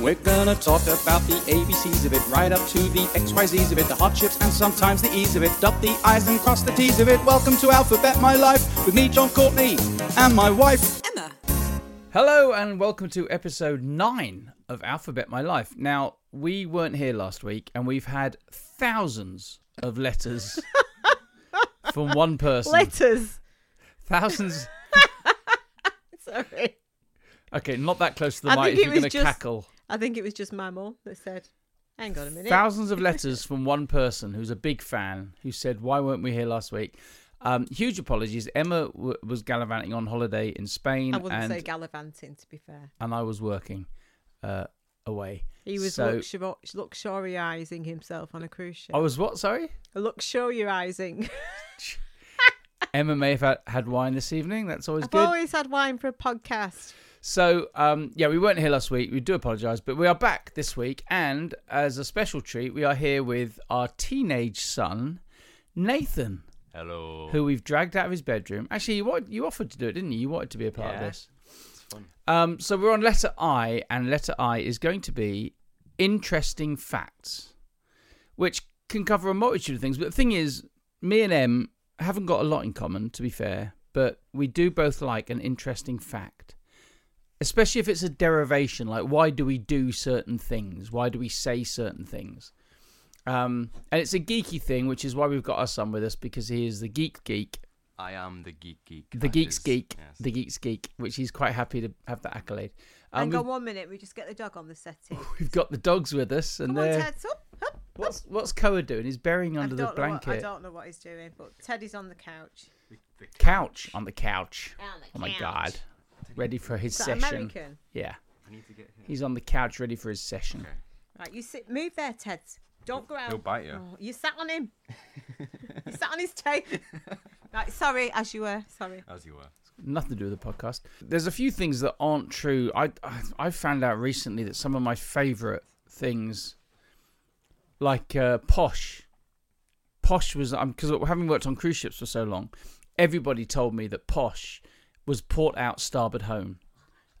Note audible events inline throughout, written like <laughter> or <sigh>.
We're gonna talk about the ABCs of it, right up to the XYZs of it, the hardships and sometimes the ease of it. Dot the I's and cross the T's of it. Welcome to Alphabet My Life with me, John Courtney, and my wife. Emma. Hello and welcome to episode nine of Alphabet My Life. Now, we weren't here last week and we've had thousands of <laughs> letters from one person. Letters. thousands. <laughs> Sorry. Okay, not that close to the I mic think if it you're was going to just- cackle. I think it was just mammal that said, hang on a minute. Thousands of letters from one person who's a big fan who said, Why weren't we here last week? Um, huge apologies. Emma w- was gallivanting on holiday in Spain I wouldn't and, say gallivanting, to be fair. and I was working uh, away. He was So- Oh. luxuri- luxuriizing himself on a cruise ship. I was what? Sorry? Luxuriizing. Emma may have had, had wine this evening. That's always I've good. always had wine for a podcast. So, um, yeah, we weren't here last week. We do apologise, but we are back this week. And as a special treat, we are here with our teenage son, Nathan, Hello. who we've dragged out of his bedroom. Actually, you, wanted, you offered to do it, didn't you? You wanted to be a part of Yeah. this. Um, so we're on letter I, and letter I is going to be interesting facts, which can cover a multitude of things. But the thing is, me and Em haven't got a lot in common, to be fair, but we do both like an interesting fact, especially if it's a derivation. Like, why do we do certain things? Why do we say certain things? Um, and it's a geeky thing, which is why we've got our son with us because he is the geek geek I am the geek geek. the that geek's is- geek, yes. the geek's geek, which he's quite happy to have that accolade. Um, hang we've, on one minute. We just get the dog on <laughs> the setting. we've got the dogs with us, and Come on, they're Ted. Up, up. what's what's Koa doing? He's burying under I the don't know what- I blanket, don't know what he's doing, but Teddy's on the couch. couch on the couch. On the oh my couch. god, ready for his Is that session. American? Yeah, I need to get him. he's on the couch ready for his session. Okay. Right, you sit. Move there, Ted. Don't go out. He'll bite you. Oh, you sat on him. you sat on <laughs> his tail. right, sorry, as you were. Sorry. As you were. Nothing to do with the podcast. There's a few things that aren't true. I I, I found out recently that some of my favourite things, like uh, posh, posh was I'm because having worked on cruise ships for so long, everybody told me that posh was port out starboard home,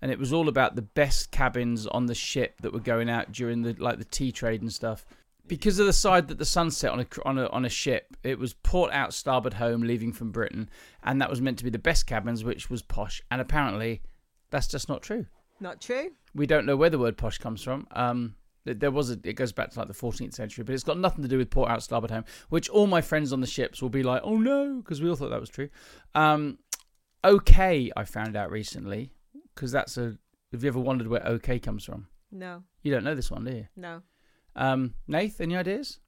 and it was all about the best cabins on the ship that were going out during the like the tea trade and stuff. Because of the side that the sun set on a cr- on a on a ship, it was port out starboard home leaving from Britain, and that was meant to be the best cabins, which was posh. And apparently, that's just not true. Not true. We don't know where the word posh comes from. Um, th- there was a, it goes back to like the 14th century, but it's got nothing to do with port out starboard home, which all my friends on the ships will be like, oh no, because we all thought that was true. Um, okay, I found out recently, because that's a. Have you ever wondered where okay comes from? No, You don't know this one, do you? no. Um, Nath, any ideas?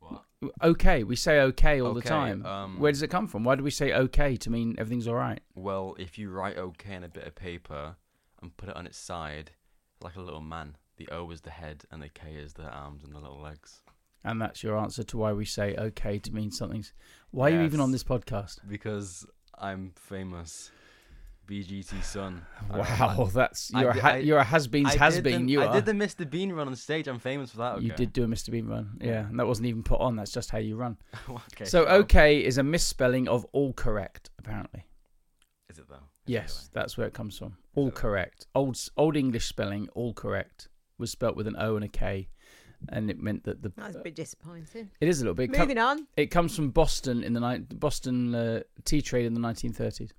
What? Okay, we say okay all the Okay, time. um, where does it come from? Why do we say okay to mean everything's all right? Well, if you write OK on a bit of paper and put it on its side, like a little man, the O is the head and the K is the arms and the little legs. And that's your answer to why we say okay to mean something's. Why are you even Yes. on this podcast? Because I'm famous. <laughs> BGT son. I- Wow, that's I you're a did- ha- I- you're a has beens I has did been. the- You I are. did the Mr. Bean run on stage. I'm famous for that. Okay. You did do a Mr Bean run, yeah, and that wasn't even put on. That's just how you run. <laughs> okay. so well, okay is a misspelling of all correct, apparently. Is it though? Is it Yes, really? that's where it comes from. All correct. Old s- old English spelling, all correct, was spelt with an O and a K, and it meant that the That was a bit disappointing. it is a little bit. it com- Moving on. It comes from Boston in the ni- Boston uh, tea trade in the 1930s,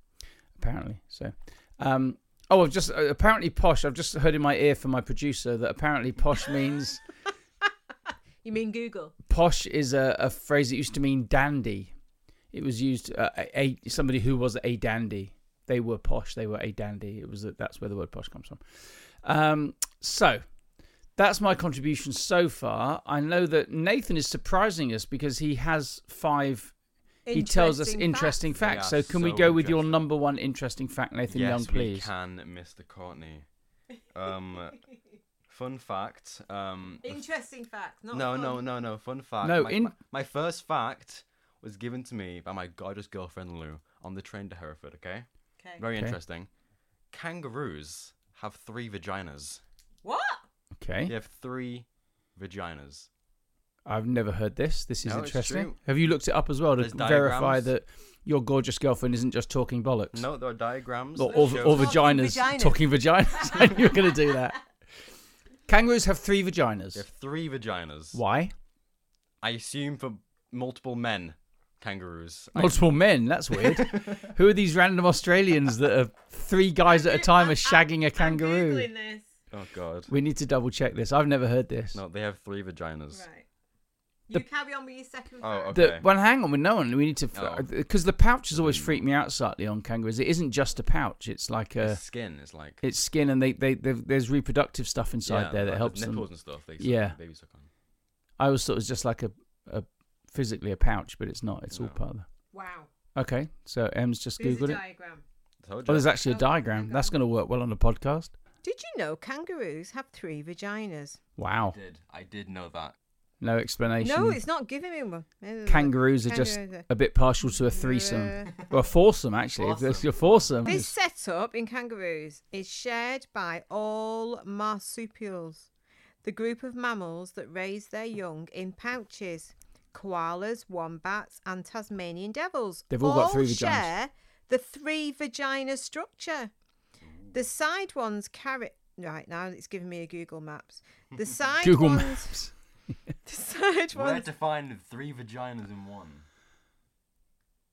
apparently. So, um, oh, I've just uh, apparently posh. I've just heard in my ear from my producer that apparently posh means You mean Google? posh is a, a phrase that used to mean dandy. It was used uh, a, a somebody who was a dandy. They were posh. They were a dandy. It was that's where the word posh comes from. Um, so that's my contribution so far. I know that Nathan is surprising us because he has five he tells us interesting facts. facts. They So are can we so go with your interesting. number one interesting fact, Nathan yes, Young, please? we can, Mr. Courtney. <laughs> Um, fun fact. Um, the Interesting facts. Not No, fun. no, no, no. Fun fact. No, my, in- my, my first fact was given to me by my gorgeous girlfriend Lou on the train to Hereford. Okay, Okay. very Okay. interesting. Kangaroos have three vaginas. What? Okay, They have three vaginas. I've never heard this. This is No, it's interesting. true. Have you looked it up as well to There's verify diagrams. that your gorgeous girlfriend isn't just talking bollocks? No, there are diagrams. Or, that or, show- or Talking vaginas, <laughs> vaginas. talking vaginas. You're going to do that. Kangaroos have three vaginas. They have three vaginas. Why? I assume for multiple men, kangaroos. I- Multiple men. That's <laughs> weird. Who are these random Australians that are three guys at a <laughs> time are shagging a I'm kangaroo? Googling this. oh god. We need to double check this. I've never heard this. No, they have three vaginas. Right. You carry on with your second. Oh, fact. okay. The, well, hang on, we no one. We need to Oh. because the pouch has always freaked me out slightly on kangaroos. It isn't just a pouch; it's like a It's skin is like it's skin, and they they they've- there's reproductive stuff inside yeah, there that like the helps them. nipples and stuff. They suck- Yeah. baby suck on. I always thought it was just like a, a physically a pouch, but it's not. It's all No. part of the. Wow. Okay, so Em's just There's a googled it. diagram. Told Oh, ya. there's actually a Oh, diagram. diagram. That's going to work well on a podcast. Did you know kangaroos have three vaginas? Wow, I did. I did know that. no explanation. No, it's not giving me one. Maybe they're- kangaroos are just kangaroos are- a bit partial to a threesome Yeah. or a foursome, actually. If it's Foursome. your foursome. This setup in kangaroos is shared by all marsupials, the group of mammals that raise their young in pouches. Koalas, wombats, and Tasmanian devils. They've all got three vaginas. share the three vagina structure. The side ones carry. Right now, it's giving me a Google Maps. The side Google ones. Maps. <laughs> The side Where ones. to find three vaginas in one?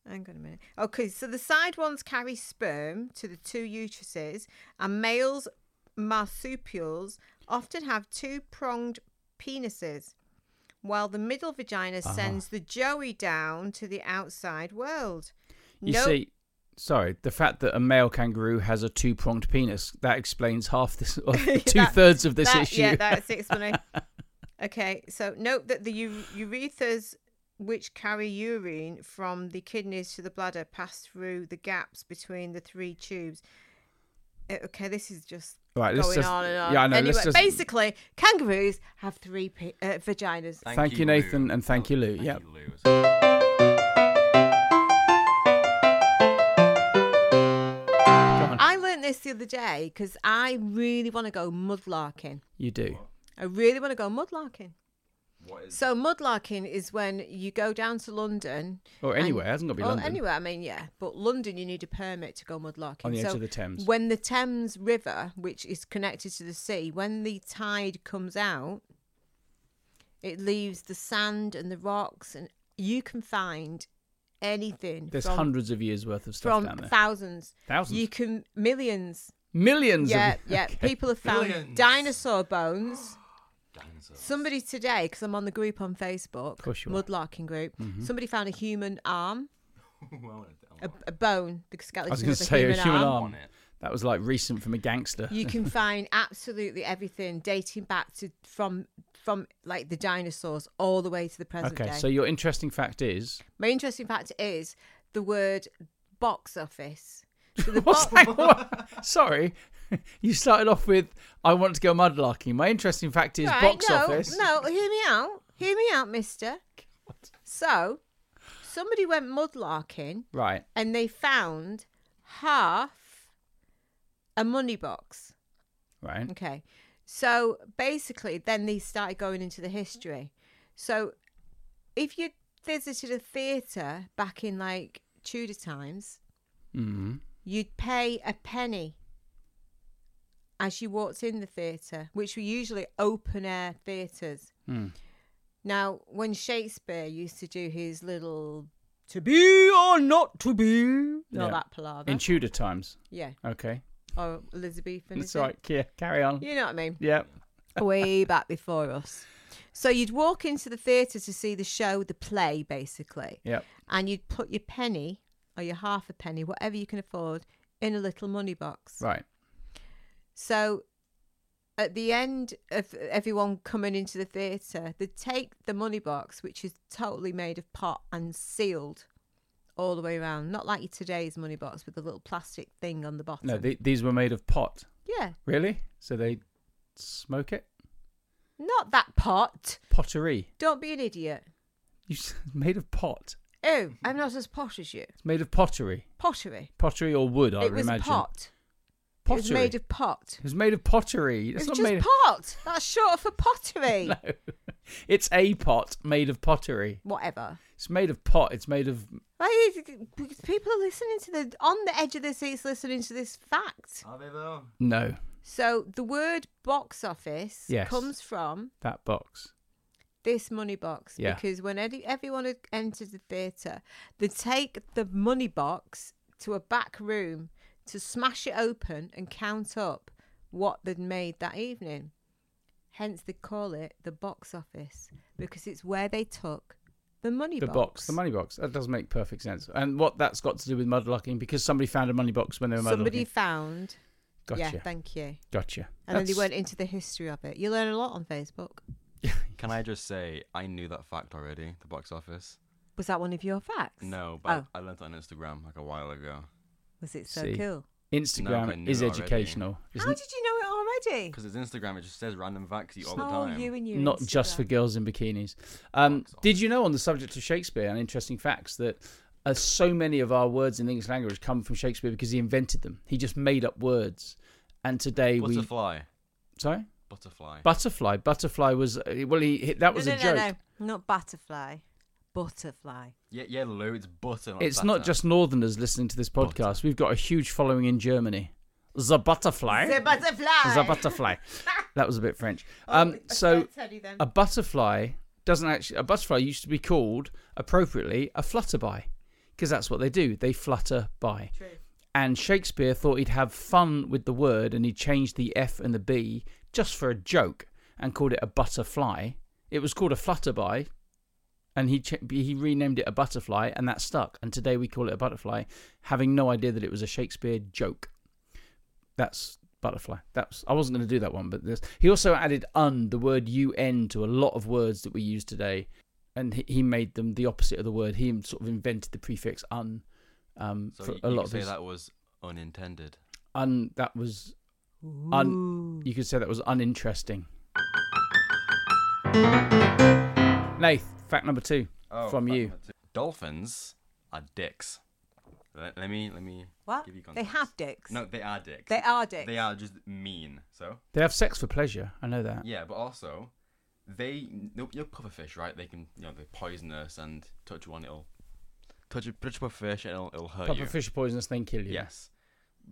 Hang on a minute. Okay, so the side ones carry sperm to the two uteruses, and males marsupials often have two pronged penises, while the middle vagina Ah. sends the joey down to the outside world. You no, see, sorry, the fact that a male kangaroo has a two pronged penis that explains half <laughs> this, or <laughs> That- two thirds of this that, issue. Yeah, <laughs> that's the explanation. okay, so note that the u- urethras, which carry urine from the kidneys to the bladder, pass through the gaps between the three tubes. Uh, Okay, this is just Right, let's going just- on and on. yeah, I know, Anyway, let's just- basically, kangaroos have three pe- uh, vaginas. Thank you, Nathan, and thank you, Lou. Oh, Thank Yep. you, Lou. I learned this the other day because I really want to go mudlarking. You do. I really want to go mudlarking. What is So mudlarking is when you go down to London Or And- anywhere, it hasn't got to be well, London. anywhere, I mean, yeah. But London, you need a permit to go mudlarking. On the edge So of the Thames. When the Thames River, which is connected to the sea, when the tide comes out, it leaves the sand and the rocks, and you can find anything. There's from, hundreds of years worth of stuff from down there. thousands. Thousands? You can millions. Millions <laughs> Yeah, of yeah. People have found Millions. dinosaur bones. <gasps> dinosaurs? Somebody today, because I'm on the group on Facebook, course you are. Mm-hmm. mudlarking group. Somebody found a human arm, <laughs> Well, I wanted to- I a, a bone, the skeleton gonna of a say a human, human arm. arm. want it. That was like recent from a gangster. <laughs> You can find absolutely everything dating back to from from like the dinosaurs all the way to the present okay, day. so your interesting fact <laughs> is My interesting fact is the word <laughs> box office. So the What's box- that? Sorry. <laughs> You started off with I want to go mudlarking. My interesting fact is Right, box no, office. No, hear me out. Hear me out, mister. So somebody went mudlarking Right. and they found half a money box. Right. Okay. So basically, then they started going into the history. So if you visited a theatre back in like Tudor times, Mm-hmm. you'd pay a penny as you walked in the theatre, which were usually open air theatres. Mm. Now, when Shakespeare used to do his little to be or not to be, Yeah. all that palaver. In Tudor times. yeah. Okay. Or Elizabethan. That's is it? all right. Yeah, carry on. You know what I mean? Yeah. way back before us. So you'd walk into the theatre to see the show, the play, basically, Yep. and you'd put your penny or your half a penny, whatever you can afford, in a little money box. Right. So at the end of everyone coming into the theatre, they'd take the money box, which is totally made of pot and sealed all the way around, not like your today's money box with a little plastic thing on the bottom. No, th these were made of pot. yeah, Really? So they smoke it? not that pot. Pottery. Don't be an idiot. You s- <laughs> made of pot. Oh, I'm not as posh as you. It's made of pottery. Pottery. Pottery or wood, I it would was imagine. pot. Pottery. It was made of pot. It was made of pottery. It's it not was just made pot. That's short for pottery. of <laughs> No. It's a pot made of pottery. Whatever. It's made of pot. It's made of Like, Uh. people are listening to the on the edge of their seats, listening to this fact. Are they though? no. So the word box office Yes. comes from That box. this money box Yeah. because when any, everyone had entered the theatre, they take the money box to a back room to smash it open and count up what they'd made that evening. Hence, they call it the box office because it's where they took the money the box. the money box. That does make perfect sense. And what that's got to do with mudlocking because somebody found a money box when they were Somebody mudlocking. found. Gotcha. Yeah, thank you. gotcha. And then they That's- went into the history of it. You learn a lot on Facebook. <laughs> Can I just say I knew that fact already? The box office. Was that one of your facts? Oh. Oh, No, but I learned it on Instagram like a while ago Was it so See. cool? No, I Instagram knew is it already. educational. How Isn't did you know it already? because it's Instagram. It just says random facts all the oh, time. you and you. not just for girls in bikinis. Um, Box did you know on the subject of Shakespeare and interesting facts that uh, so many of our words in the English language come from Shakespeare because he invented them. He just made up words. And today we Butterfly. sorry Butterfly. butterfly. Butterfly was uh, well he he- that was no, a no, joke. No, no, not butterfly. Butterfly. yeah, yeah, loads Oh, butter. It's not batter. just Northerners listening to this podcast. We've got a huge following in Germany. The butterfly. The butterfly. Oh, The <laughs> butterfly. that was a bit French. Um, so a butterfly doesn't actually. A butterfly used to be called appropriately a flutterby, because that's what they do. They flutter by. True. And Shakespeare thought he'd have fun with the word, and he changed the F and the B just for a joke, and called it a butterfly. It was called a flutterby, and he ch- he renamed it a butterfly, and that stuck. And today we call it a butterfly, having no idea that it was a Shakespeare joke. That's butterfly. That's I wasn't going to do that one, but this. He also added un, the word un, to a lot of words that we use today, and he, he made them the opposite of the word. He sort of invented the prefix un. Um, So for you, a you lot could of say his, that was unintended. un that was un you could say that was uninteresting. Nath, fact number two Oh, from you. Dolphins are dicks. Let, let me let me What? give you They context. have dicks. No, they are dicks. They are dicks. They are just mean. So They have sex for pleasure. I know that. yeah, but also they you know pufferfish, right? They can you know they're poisonous and touch one it'll touch a touch a pufferfish and it'll, it'll hurt Puffer you. fish are poisonous, then kill you. Yes.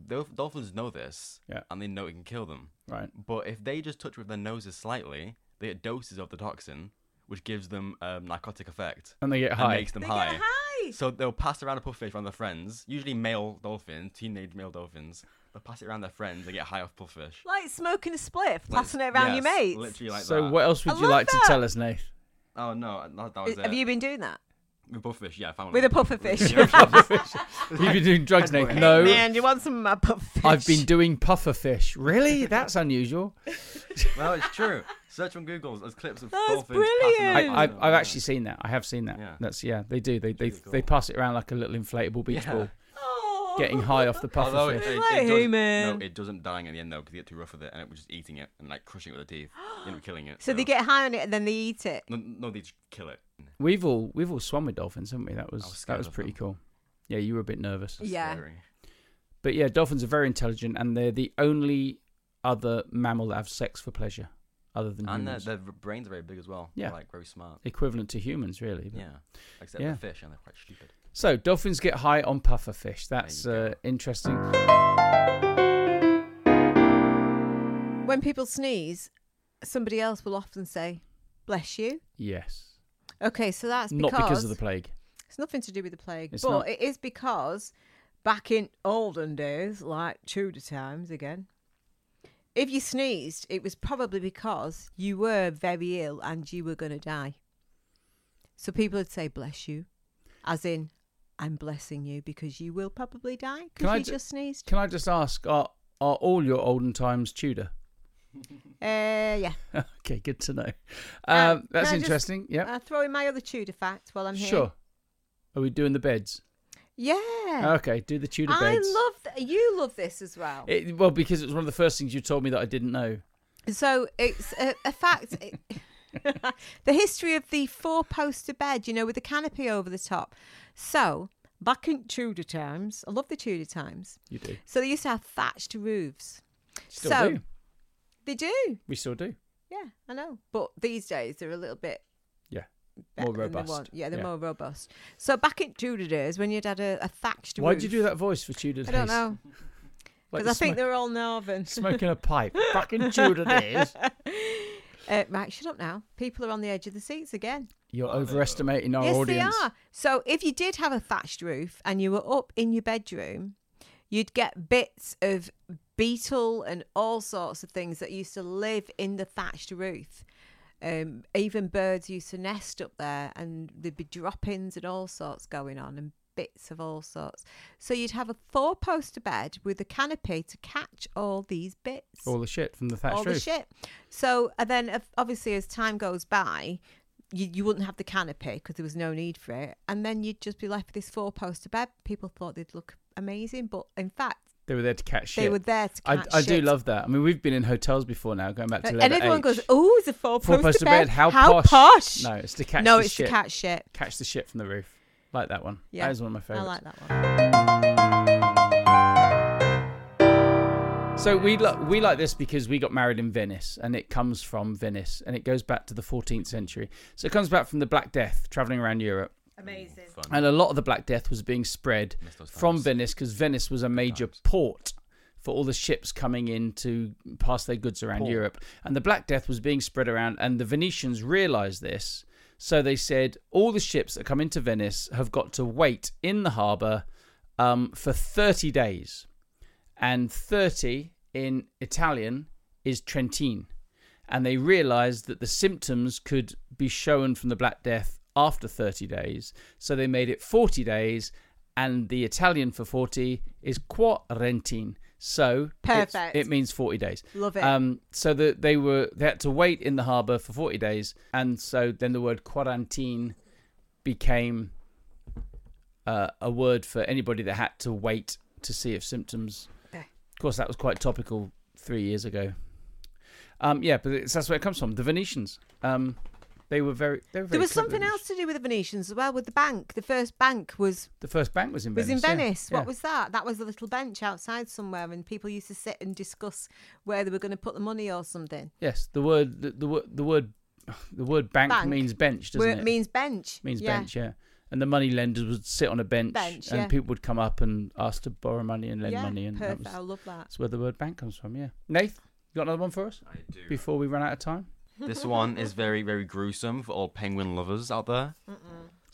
Dol- Dolphins know this, Yeah. and they know it can kill them. Right. But if they just touch with their noses slightly, they get doses of the toxin, which gives them a narcotic effect And they get and high. makes them They high. get high. So they'll pass around a pufferfish around their friends, usually male dolphins, teenage male dolphins. They'll pass it around their friends and get high off pufferfish. Like smoking a spliff, passing it Like- around your yes, mates. Literally like so that. what else would I you love like to that. tell us, Nath? Oh no, that, that was Have it. you been doing that With pufferfish, yeah, I found with a one. <laughs> pufferfish? You've been doing drugs, Nath. Hey, No. Man, you want some of my pufferfish? I've been doing puffer fish. <laughs> Really? That's unusual. well, it's true. Search on Google. There's clips of That's dolphins passing brilliant. around. I, I've, Oh, I've yeah. actually seen that. I have seen that. Yeah. That's yeah. They do. They they, really they cool. pass it around like a little inflatable beach Yeah. ball, Oh. getting high <laughs> <laughs> off the Although puffer it, fish. it, Like, it does, hey, man. No, it doesn't dying at the end though because you get too rough with it and it was just eating it and like crushing it with the teeth, you know, killing it. So they get high on it and then they eat it. no, no, they just kill it. We've all we've all swum with dolphins, haven't we? That was, I was that scared was of pretty them. cool. Yeah, you were a bit nervous. It's Yeah. scary. But yeah, dolphins are very intelligent, and they're the only other mammal that have sex for pleasure, other than and their, humans. their brains are very big as well. Mm-hmm. Yeah. They're, like very smart. Equivalent to humans, really. but- Yeah, except Yeah. they're fish and they're quite stupid. So dolphins get high on pufferfish. That's There you uh, interesting. When people sneeze, somebody else will often say, bless you. Yes, Okay, so that's not because, because of the plague. It's nothing to do with the plague, It's but not. it is because back in olden days, like Tudor times again, if you sneezed, it was probably because you were very ill and you were going to die. So people would say, bless you, as in, I'm blessing you because you will probably die Can because I you ju- just sneezed. Can I just ask? Are are all your olden times Tudor? <laughs> Uh, yeah. okay, good to know. Uh, Um, that's can I just- interesting. yep. I'll throw in my other Tudor fact while I'm here. Sure. Are we doing the beds? Yeah. Okay, do the Tudor I beds. love th- you love this as well. It, well, because it was one of the first things you told me that I didn't know. So it's a, a fact. it- <laughs> the history of the four poster bed, you know, with the canopy over the top. So back in Tudor times, I love the Tudor times. You do. So they used to have thatched roofs. Still So- do. They do. We still do. Yeah, I know. But these days they're a little bit Yeah. better More than the robust. one- Yeah, they're Yeah. more robust. So back in Tudor days, when you'd had a, a thatched Why'd roof. you do that voice for Tudor I don't days? know. Like Because I think smoke- they're all Northern. smoking a pipe. Fucking <laughs> Tudor days. Uh, right, shut up now. People are on the edge of the seats again. You're overestimating our yes, audience. they are. So if you did have a thatched roof and you were up in your bedroom, you'd get bits of beetle and all sorts of things that used to live in the thatched roof. Um, even birds used to nest up there, and there'd be droppings and all sorts going on, and bits of all sorts. So you'd have a four-poster bed with a canopy to catch all these bits All the shit from the thatched all roof. the shit. So and then, of- obviously, as time goes by, you, you wouldn't have the canopy because there was no need for it, and then you'd just be left with this four-poster bed. People thought they'd look amazing, but in fact, They were there to catch shit. they were there to I, catch I do shit. love that. I mean, we've been in hotels before now, going back to And letter everyone H. goes, "Oh, it's a four-poster, four poster bed. How, posh. No, it's to catch no, the it's shit. to catch shit. Catch the shit from the roof. Like that one. Yeah, That is one of my I favorites. like that one. So we lo- we like this because we got married in Venice, and it comes from Venice, and it goes back to the 14th century. So it comes back from the Black Death, traveling around Europe, Amazing. Fun. and a lot of the Black Death was being spread Miss those from times. Venice because Venice was a major Times. port for all the ships coming in to pass their goods around Port. Europe, and the Black Death was being spread around, and the Venetians realised this, so they said all the ships that come into Venice have got to wait in the harbour um, for 30 days and 30 in Italian is Trentine. And they realized that the symptoms could be shown from the Black Death after 30 days. So they made it 40 days, and the Italian for 40 is quarantine. So it's- Perfect. it means 40 days. Love it. Um, so that they were they had to wait in the harbour for 40 days, and so then the word quarantine became uh, a word for anybody that had to wait to see if symptoms. Okay. Of course, that was quite topical three years ago. Um, yeah, but it's, that's where it comes from. The Venetians. Um, they were very. They were very There was clever something Venetians. else to do with the Venetians as well. With the bank, the first bank was The first bank was in was Venice. in yeah, Venice. yeah. What was that? That was a little bench outside somewhere, and people used to sit and discuss where they were going to put the money or something. Yes, the word the, the word the word the word bank, Bank. means bench, doesn't Where it? it means bench. means yeah. bench, yeah. And the money lenders would sit on a bench, Bench, and yeah. people would come up and ask to borrow money and lend yeah, money, and that perfect. was, I love that. that's where the word bank comes from. Yeah, Nath, you got another one for us I do. before we run out of time? This one is very, very gruesome for all penguin lovers out there. So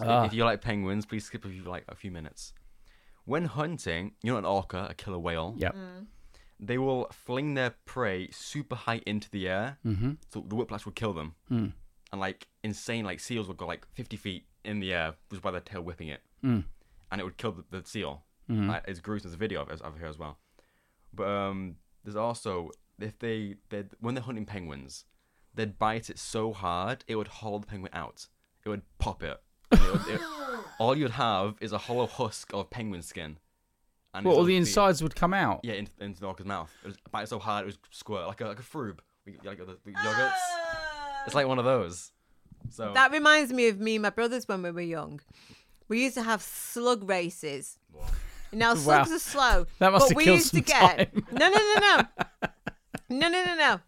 Ah. If you like penguins, please skip a few, like a few minutes. When hunting, you know an orca, a killer whale. Mm. Yeah, They will fling their prey super high into the air, mm-hmm. so the whiplash will kill them. Mm. And like insane, like seals will go like 50 feet in the air just by their tail whipping it, Mm. and it would kill the, the seal. Mhm. Like, it's gruesome. There's a video of it over here as well. But um, there's also if they they when they're hunting penguins, they'd bite it so hard it would hollow the penguin out. It would pop it. And it would- it- all you'd have is a hollow husk of penguin skin. And Well, it's all the obviously- insides would come out. Yeah, into, into the orca's mouth. It was bite so hard it was squirt like a like a froob. We- Like the, the yogurts. It's like one of those. <laughs> So That reminds me of me and my brothers when we were young. We used to have slug races. <laughs> Now slugs are slow. That must but have we killed used some to get time. <laughs> no no no no <laughs> no no no no.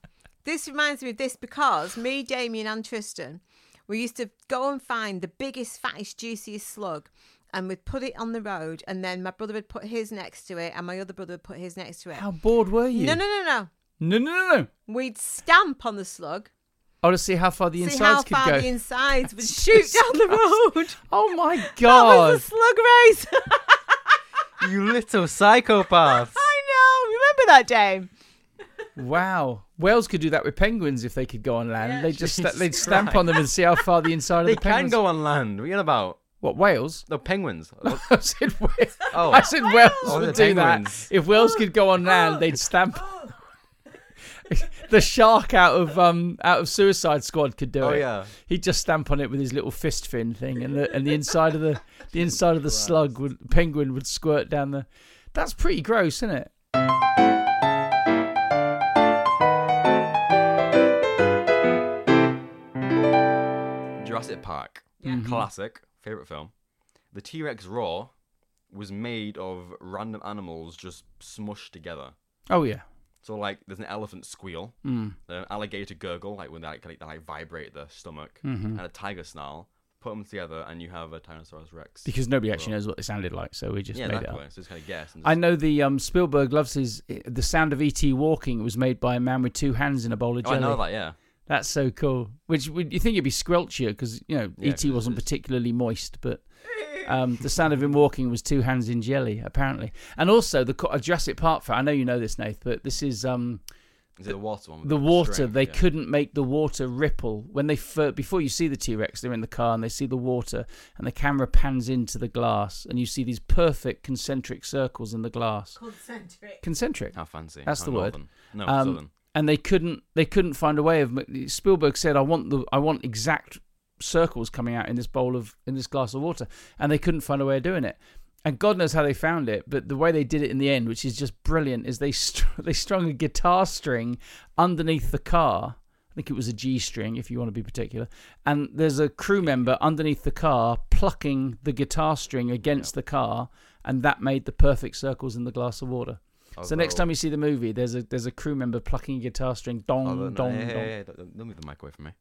This reminds me of this because me, Damien, and Tristan, we used to go and find the biggest, fattest, juiciest slug, and we'd put it on the road, and then my brother would put his next to it, and my other brother would put his next to it. How bored were you? No no no no. no, no, no, no. We'd stamp on the slug, I want to see how far the see insides how could far go. the insides <laughs> would shoot down the road. oh my That god! was the slug race. <laughs> you little psychopaths. I know. Remember that, Dame? Wow, whales could do that with penguins if they could go on land. Yeah. they just sta- Jesus they'd stamp on them and see how far the inside <laughs> they of the penguins. can go on land. What are you on about? What whales? <laughs> No penguins. I said whales. Oh. I said whales Oh, would the do penguins. that. If whales could go on land, they'd stamp. <laughs> the shark out of um out of Suicide Squad could do Oh, it. yeah. he'd just stamp on it with his little fist fin thing, and the and the inside of <laughs> the the inside of the slug would penguin would squirt down the. That's pretty gross, isn't it? Jurassic Park, Mm-hmm. classic, favorite film. The T Rex roar was made of random animals just smushed together. Oh yeah. So like, there's an elephant squeal, Mm. Mm-hmm. an alligator gurgle, like when they like, they, like vibrate the stomach, and a tiger snarl. put them together, and you have a Tyrannosaurus Rex. because nobody actually knows what it sounded like, so we just yeah, made exactly. it up. So just kind of guess. And I just, know the um, Spielberg loves his eh, the sound of ET walking was made by a man with two hands in a bowl of oh, jelly. I know that. Yeah. That's so cool. Which would you think it'd be squelchier because you know Yeah, 'cause ET wasn't it's- particularly moist, but um, the sound of him walking was two hands in jelly apparently. And also the co- a Jurassic Park fan. I know you know this, Nath, but this is um, Is it the water one? with the water. string? they Yeah. couldn't make the water ripple when they fir- before you see the T Rex. They're in the car and they see the water, and the camera pans into the glass, and you see these perfect concentric circles in the glass. Concentric. Concentric. How fancy. That's How the word. northern. No, Um, southern. and they couldn't they couldn't find a way of Spielberg said I want the I want exact circles coming out in this bowl of in this glass of water and they couldn't find a way of doing it and God knows how they found it but the way they did it in the end which is just brilliant is they str- <laughs> they strung a guitar string underneath the car I think it was a G string if you want to be particular and there's a crew member underneath the car plucking the guitar string against the car and that made the perfect circles in the glass of water so next time you see the movie, there's a there's a crew member plucking a guitar string, dong Although, dong hey, hey, dong. hey, don't, don't move the mic away from me.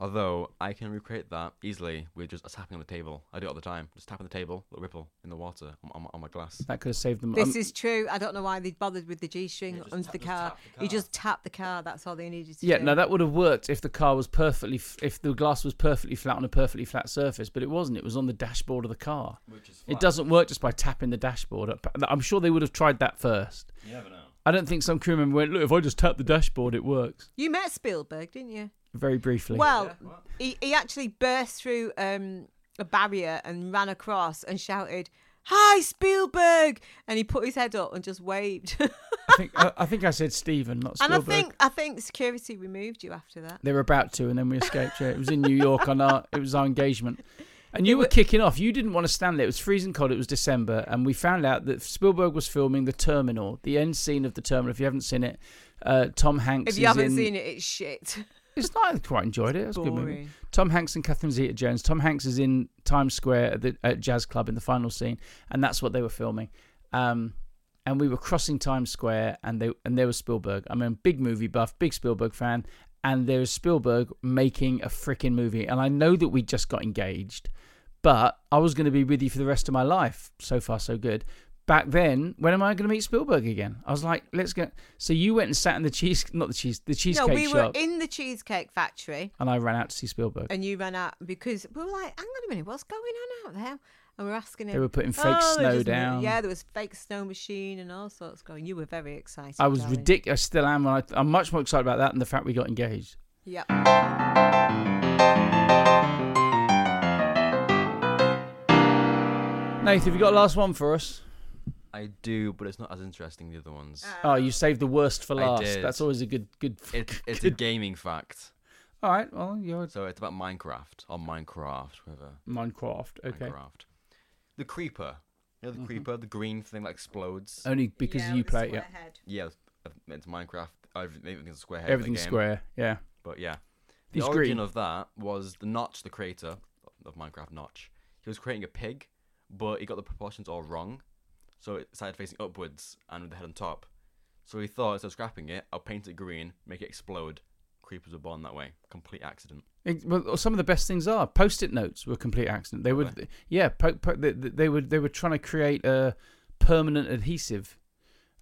Although I can recreate that easily with just tapping on the table. I do it all the time. Just tap on the table, little ripple in the water on, on, my- on my glass. That could have saved them. This um, is true. I don't know why they bothered with the G string just under tap- the just car. tap the You car. just tap the car. That's all they needed to yeah, do. no, that would have worked if the car was perfectly, f- if the glass was perfectly flat on a perfectly flat surface, but it wasn't. It was on the dashboard of the car. Which is It doesn't work just by tapping the dashboard. up. I'm sure they would have tried that first. You never know. I don't think some crew member went, look, if I just tap the dashboard, it works. You met Spielberg, didn't you? Very briefly. Well, Yeah, what? he, he actually burst through um, a barrier and ran across and shouted, Hi, Spielberg! And he put his head up and just waved. <laughs> I think I, I think I said Stephen, not and Spielberg. I think I think security removed you after that. They were about to, and then we escaped. Yeah, it was in New York on our. It was our engagement, and you were kicking off. You didn't want to stand there. It was freezing cold. It was December, and we found out that Spielberg was filming The Terminal, the end scene of The Terminal. If you haven't seen it, uh, Tom Hanks. If you is haven't in- seen it, it's shit. it's not. I quite enjoyed it. It was a good movie. Boring. Tom Hanks and Catherine Zeta-Jones. Tom Hanks is in Times Square at the at Jazz Club in the final scene, and that's what they were filming. Um, and we were crossing Times Square, and they and there was Spielberg. I'm a big movie buff, big Spielberg fan, and there is Spielberg making a freaking movie. And I know that we just got engaged, but I was going to be with you for the rest of my life. So far, so good. Back then, when am I going to meet Spielberg again? I was like, let's go. So you went and sat in the cheese, not the cheese, the No, cheesecake we were shop, in the Cheesecake Factory and I ran out to see Spielberg. and you ran out because we were like, hang on a minute, what's going on out there? And we we're asking him. They were putting fake "Oh, they snow just mo- down. Yeah, there was fake snow machine and all sorts going. You were very excited. I was darling. ridiculous. I still am. and I, I'm much more excited about that than the fact we got engaged. Yep. Nath, have you got a last one for us? I do, but it's not as interesting as the other ones. Oh, you saved the worst for I last. did. That's always a good, good. <laughs> It's it's a good- gaming fact. All right. Well, you're So it's about Minecraft or Minecraft, whatever. Minecraft. Okay. Mm-hmm. Minecraft. The creeper. You know the creeper, the green thing that explodes. Only because you play it. Yeah. yeah, it's Minecraft. Everything's square. head in the Everything's game. square. Yeah. But yeah, the He's origin green. of that was the Notch, the creator of Minecraft, Notch. He was creating a pig, but he got the proportions all wrong, so it started facing upwards and with the head on top. So he thought instead of scrapping it, I'll paint it green, make it explode. Creepers were born that way. Complete accident. Ex- Well, some of the best things are post-it notes were a complete accident. They would, yeah, po- po- they, they were they were trying to create a permanent adhesive.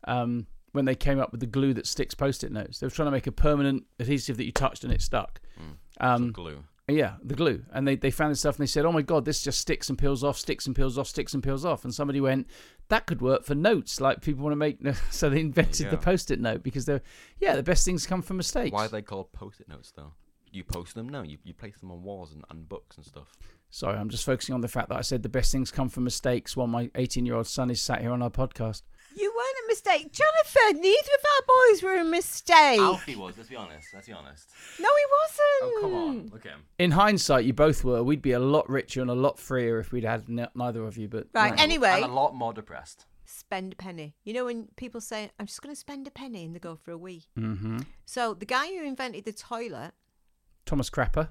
Um, when they came up with the glue that sticks post-it notes, they were trying to make a permanent adhesive that you touched and it stuck. It's Um, glue. Yeah, the glue. And they, they found this stuff and they said, oh my God, this just sticks and peels off, sticks and peels off, sticks and peels off. And somebody went, that could work for notes. Like people want to make. <laughs> So they invented the go. post it note because they're, yeah, the best things come from mistakes. Why are they called post-it notes though? You post them? No, you, you place them on walls and, and books and stuff. Sorry, I'm just focusing on the fact that I said the best things come from mistakes while my 18 year old son is sat here on our podcast. You weren't a mistake, Jonathan. Neither of our boys were a mistake. was. Let's be honest. Let's be honest. Oh, No, he Oh, wasn't. Look at him. In hindsight, you both were. We'd be a lot richer and a lot freer if we'd had n- neither of you. But Right. Anyway, lot more depressed. spend a penny. You know when people say, "I'm just going to spend a penny," and they go for a wee. Mm-hmm. So the guy who invented the toilet, Thomas Crapper.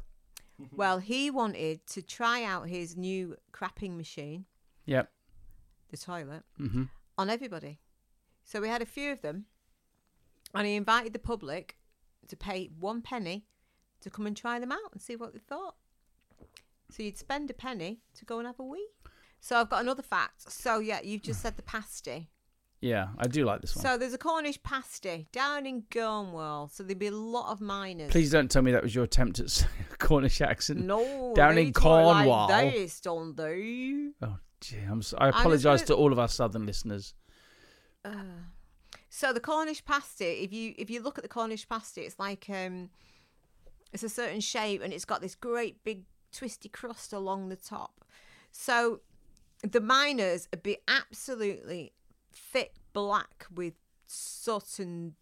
Hmm. well, he wanted to try out his new crapping machine, Yep. the toilet, Mm-hmm. on everybody. So we had a few of them, and he invited the public to pay one penny to come and try them out and see what they thought. So you'd spend a penny to go and have a wee. So I've got another fact. So yeah, you've just said the pasty. Yeah, I do like this one. So there's a Cornish pasty down in Cornwall. So there'd be a lot of miners. Please don't tell me that was your attempt at s- <laughs> Cornish accent. No, Down they in talk Cornwall. Like this, don't they? Oh, gee, I'm so, I just apologise gonna- to all of our southern listeners. So the Cornish pasty, if you if you look at the Cornish pasty, it's like um, it's a certain shape and it's got this great big twisty crust along the top. So the miners would be absolutely thick black with soot and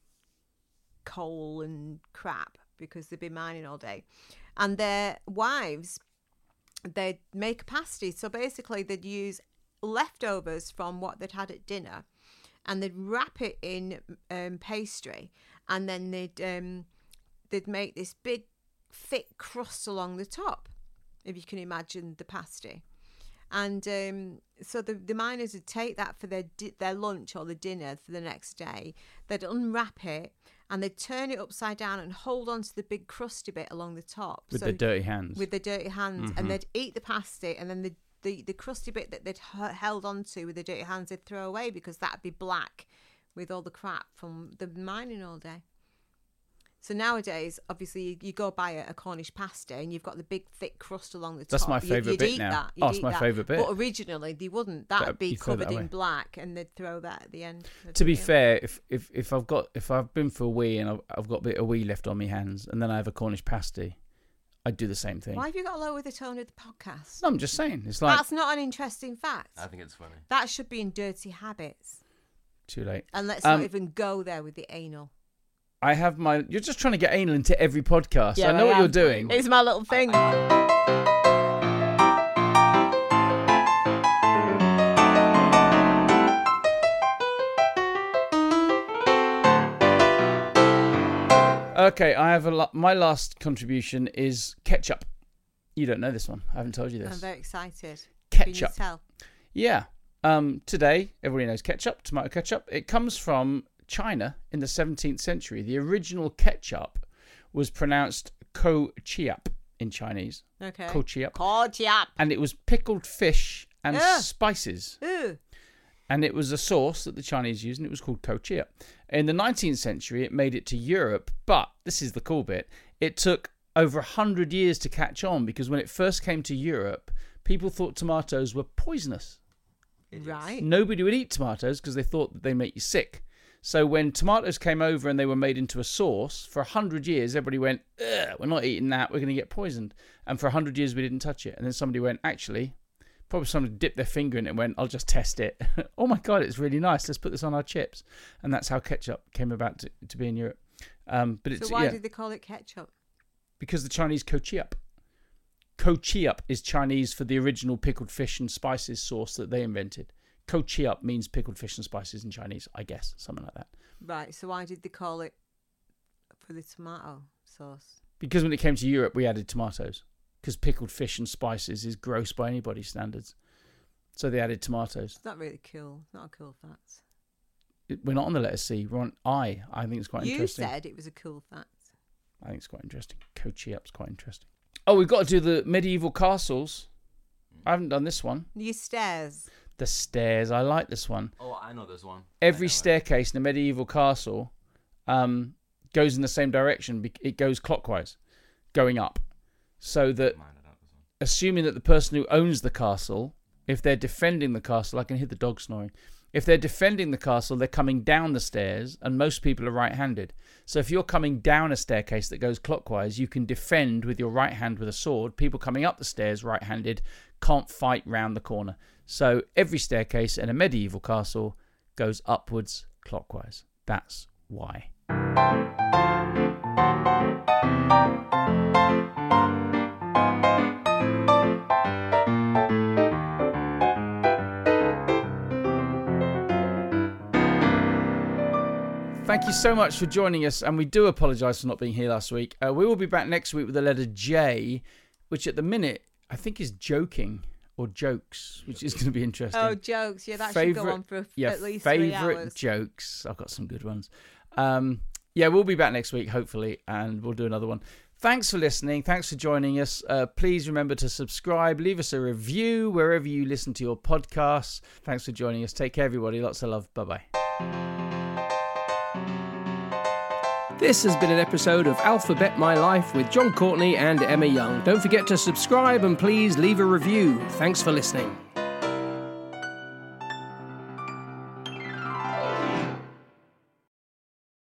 coal and crap because they'd be mining all day, and their wives they'd make a pasty. So basically, they'd use leftovers from what they'd had at dinner, and they'd wrap it in um, pastry, and then they'd um, they'd make this big thick crust along the top, if you can imagine the pasty. And um, so the, the miners would take that for their di- their lunch or the dinner for the next day. They'd unwrap it and they'd turn it upside down and hold on to the big crusty bit along the top. With so their dirty hands. with their dirty hands, Mm-hmm. and they'd eat the pasty, and then the the, the crusty bit that they'd h- held onto with their dirty hands, they'd throw away because that'd be black with all the crap from the mining all day. So nowadays, obviously, you, you go buy a, a Cornish pasty, and you've got the big thick crust along the That's top. my You- favourite you'd bit eat now. That. Oh, you'd it's eat my that. favourite bit. But originally, they wouldn't. That'd That- be you throw that covered in away. black, and they'd throw that at the end. of to the be meal. fair, if, if if I've got if I've been for a wee and I've, I've got a bit of wee left on my hands, and then I have a Cornish pasty, I do the same thing. why have you got to lower the tone of the podcast? No, I'm just saying, it's like That's not an interesting fact. I think it's funny. That should be in Dirty Habits. too late. And let's Um, not even go there with the anal. I have my. You're just trying to get anal into every podcast. I know what you're doing. It's my little thing. Okay, I have a lo- my last contribution is ketchup. You don't know this one. I haven't told you I'm this. very excited. Can Ketchup. you tell? Yeah. Um, today, everybody knows ketchup, tomato ketchup. It comes from China in the 17th century. The original ketchup was pronounced ko-chiap in Chinese, Okay. ko-chiap, Ketchup. and it was pickled fish and Ugh. spices. Ooh. and it was a sauce that the Chinese used, and it was called kochia. In the 19th century, it made it to Europe, but this is the cool bit. It took over 100 years to catch on because when it first came to Europe, people thought tomatoes were poisonous. Right. Nobody would eat tomatoes because they thought that they make you sick. So when tomatoes came over and they were made into a sauce, for 100 years, everybody went, Ugh, we're not eating that, we're going to get poisoned. And for 100 years, we didn't touch it. And then somebody went, actually, probably somebody dipped their finger in it and went, I'll just test it. <laughs> oh my God, it's really nice. Let's put this on our chips. And that's how ketchup came about to, to be in Europe. Um, but So it's, why yeah, did they call it ketchup? because the Chinese kochiap. Kochiap is Chinese for the original pickled fish and spices sauce that they invented. Kochiap means pickled fish and spices in Chinese, I guess, something like that. Right. So why did they call it for the tomato sauce? Because when it came to Europe, we added tomatoes. Because pickled fish and spices is gross by anybody's standards. So they added tomatoes. It's not really cool. It's not a cool fact. It- We're not on the letter C, we're on I. I think it's quite you interesting. said it was a cool fact. I think it's quite interesting. Kochiap's quite interesting. Oh, we've got to do the medieval castles. I haven't done this one. Your stairs. The stairs. I like this one. Oh, I know there's one. I know every it. staircase in a medieval castle um, goes in the same direction. bec- It goes clockwise, going up. So that, Mine, I don't this one. assuming that the person who owns the castle, if they're defending the castle, I can hear the dog snoring. If they're defending the castle, they're coming down the stairs, and most people are right handed. So if you're coming down a staircase that goes clockwise, you can defend with your right hand with a sword. People coming up the stairs right handed can't fight round the corner. So every staircase in a medieval castle goes upwards clockwise. That's why. Thank you so much for joining us, and we do apologise for not being here last week. Uh, we will be back next week with the letter J, which at the minute I think is joking or jokes, which is going to be interesting Oh, jokes. Yeah, that should go on for yeah, at least three favorite hours. jokes. I've got some good ones. Um, yeah, we'll be back next week, hopefully, and we'll do another one. Thanks for listening. Thanks for joining us. Uh, please remember to subscribe, leave us a review wherever you listen to your podcasts. Thanks for joining us. Take care, everybody. Lots of love. Bye bye. This has been an episode of Alphabet My Life with John Courtney and Emma Young. Don't forget to subscribe and please leave a review. Thanks for listening.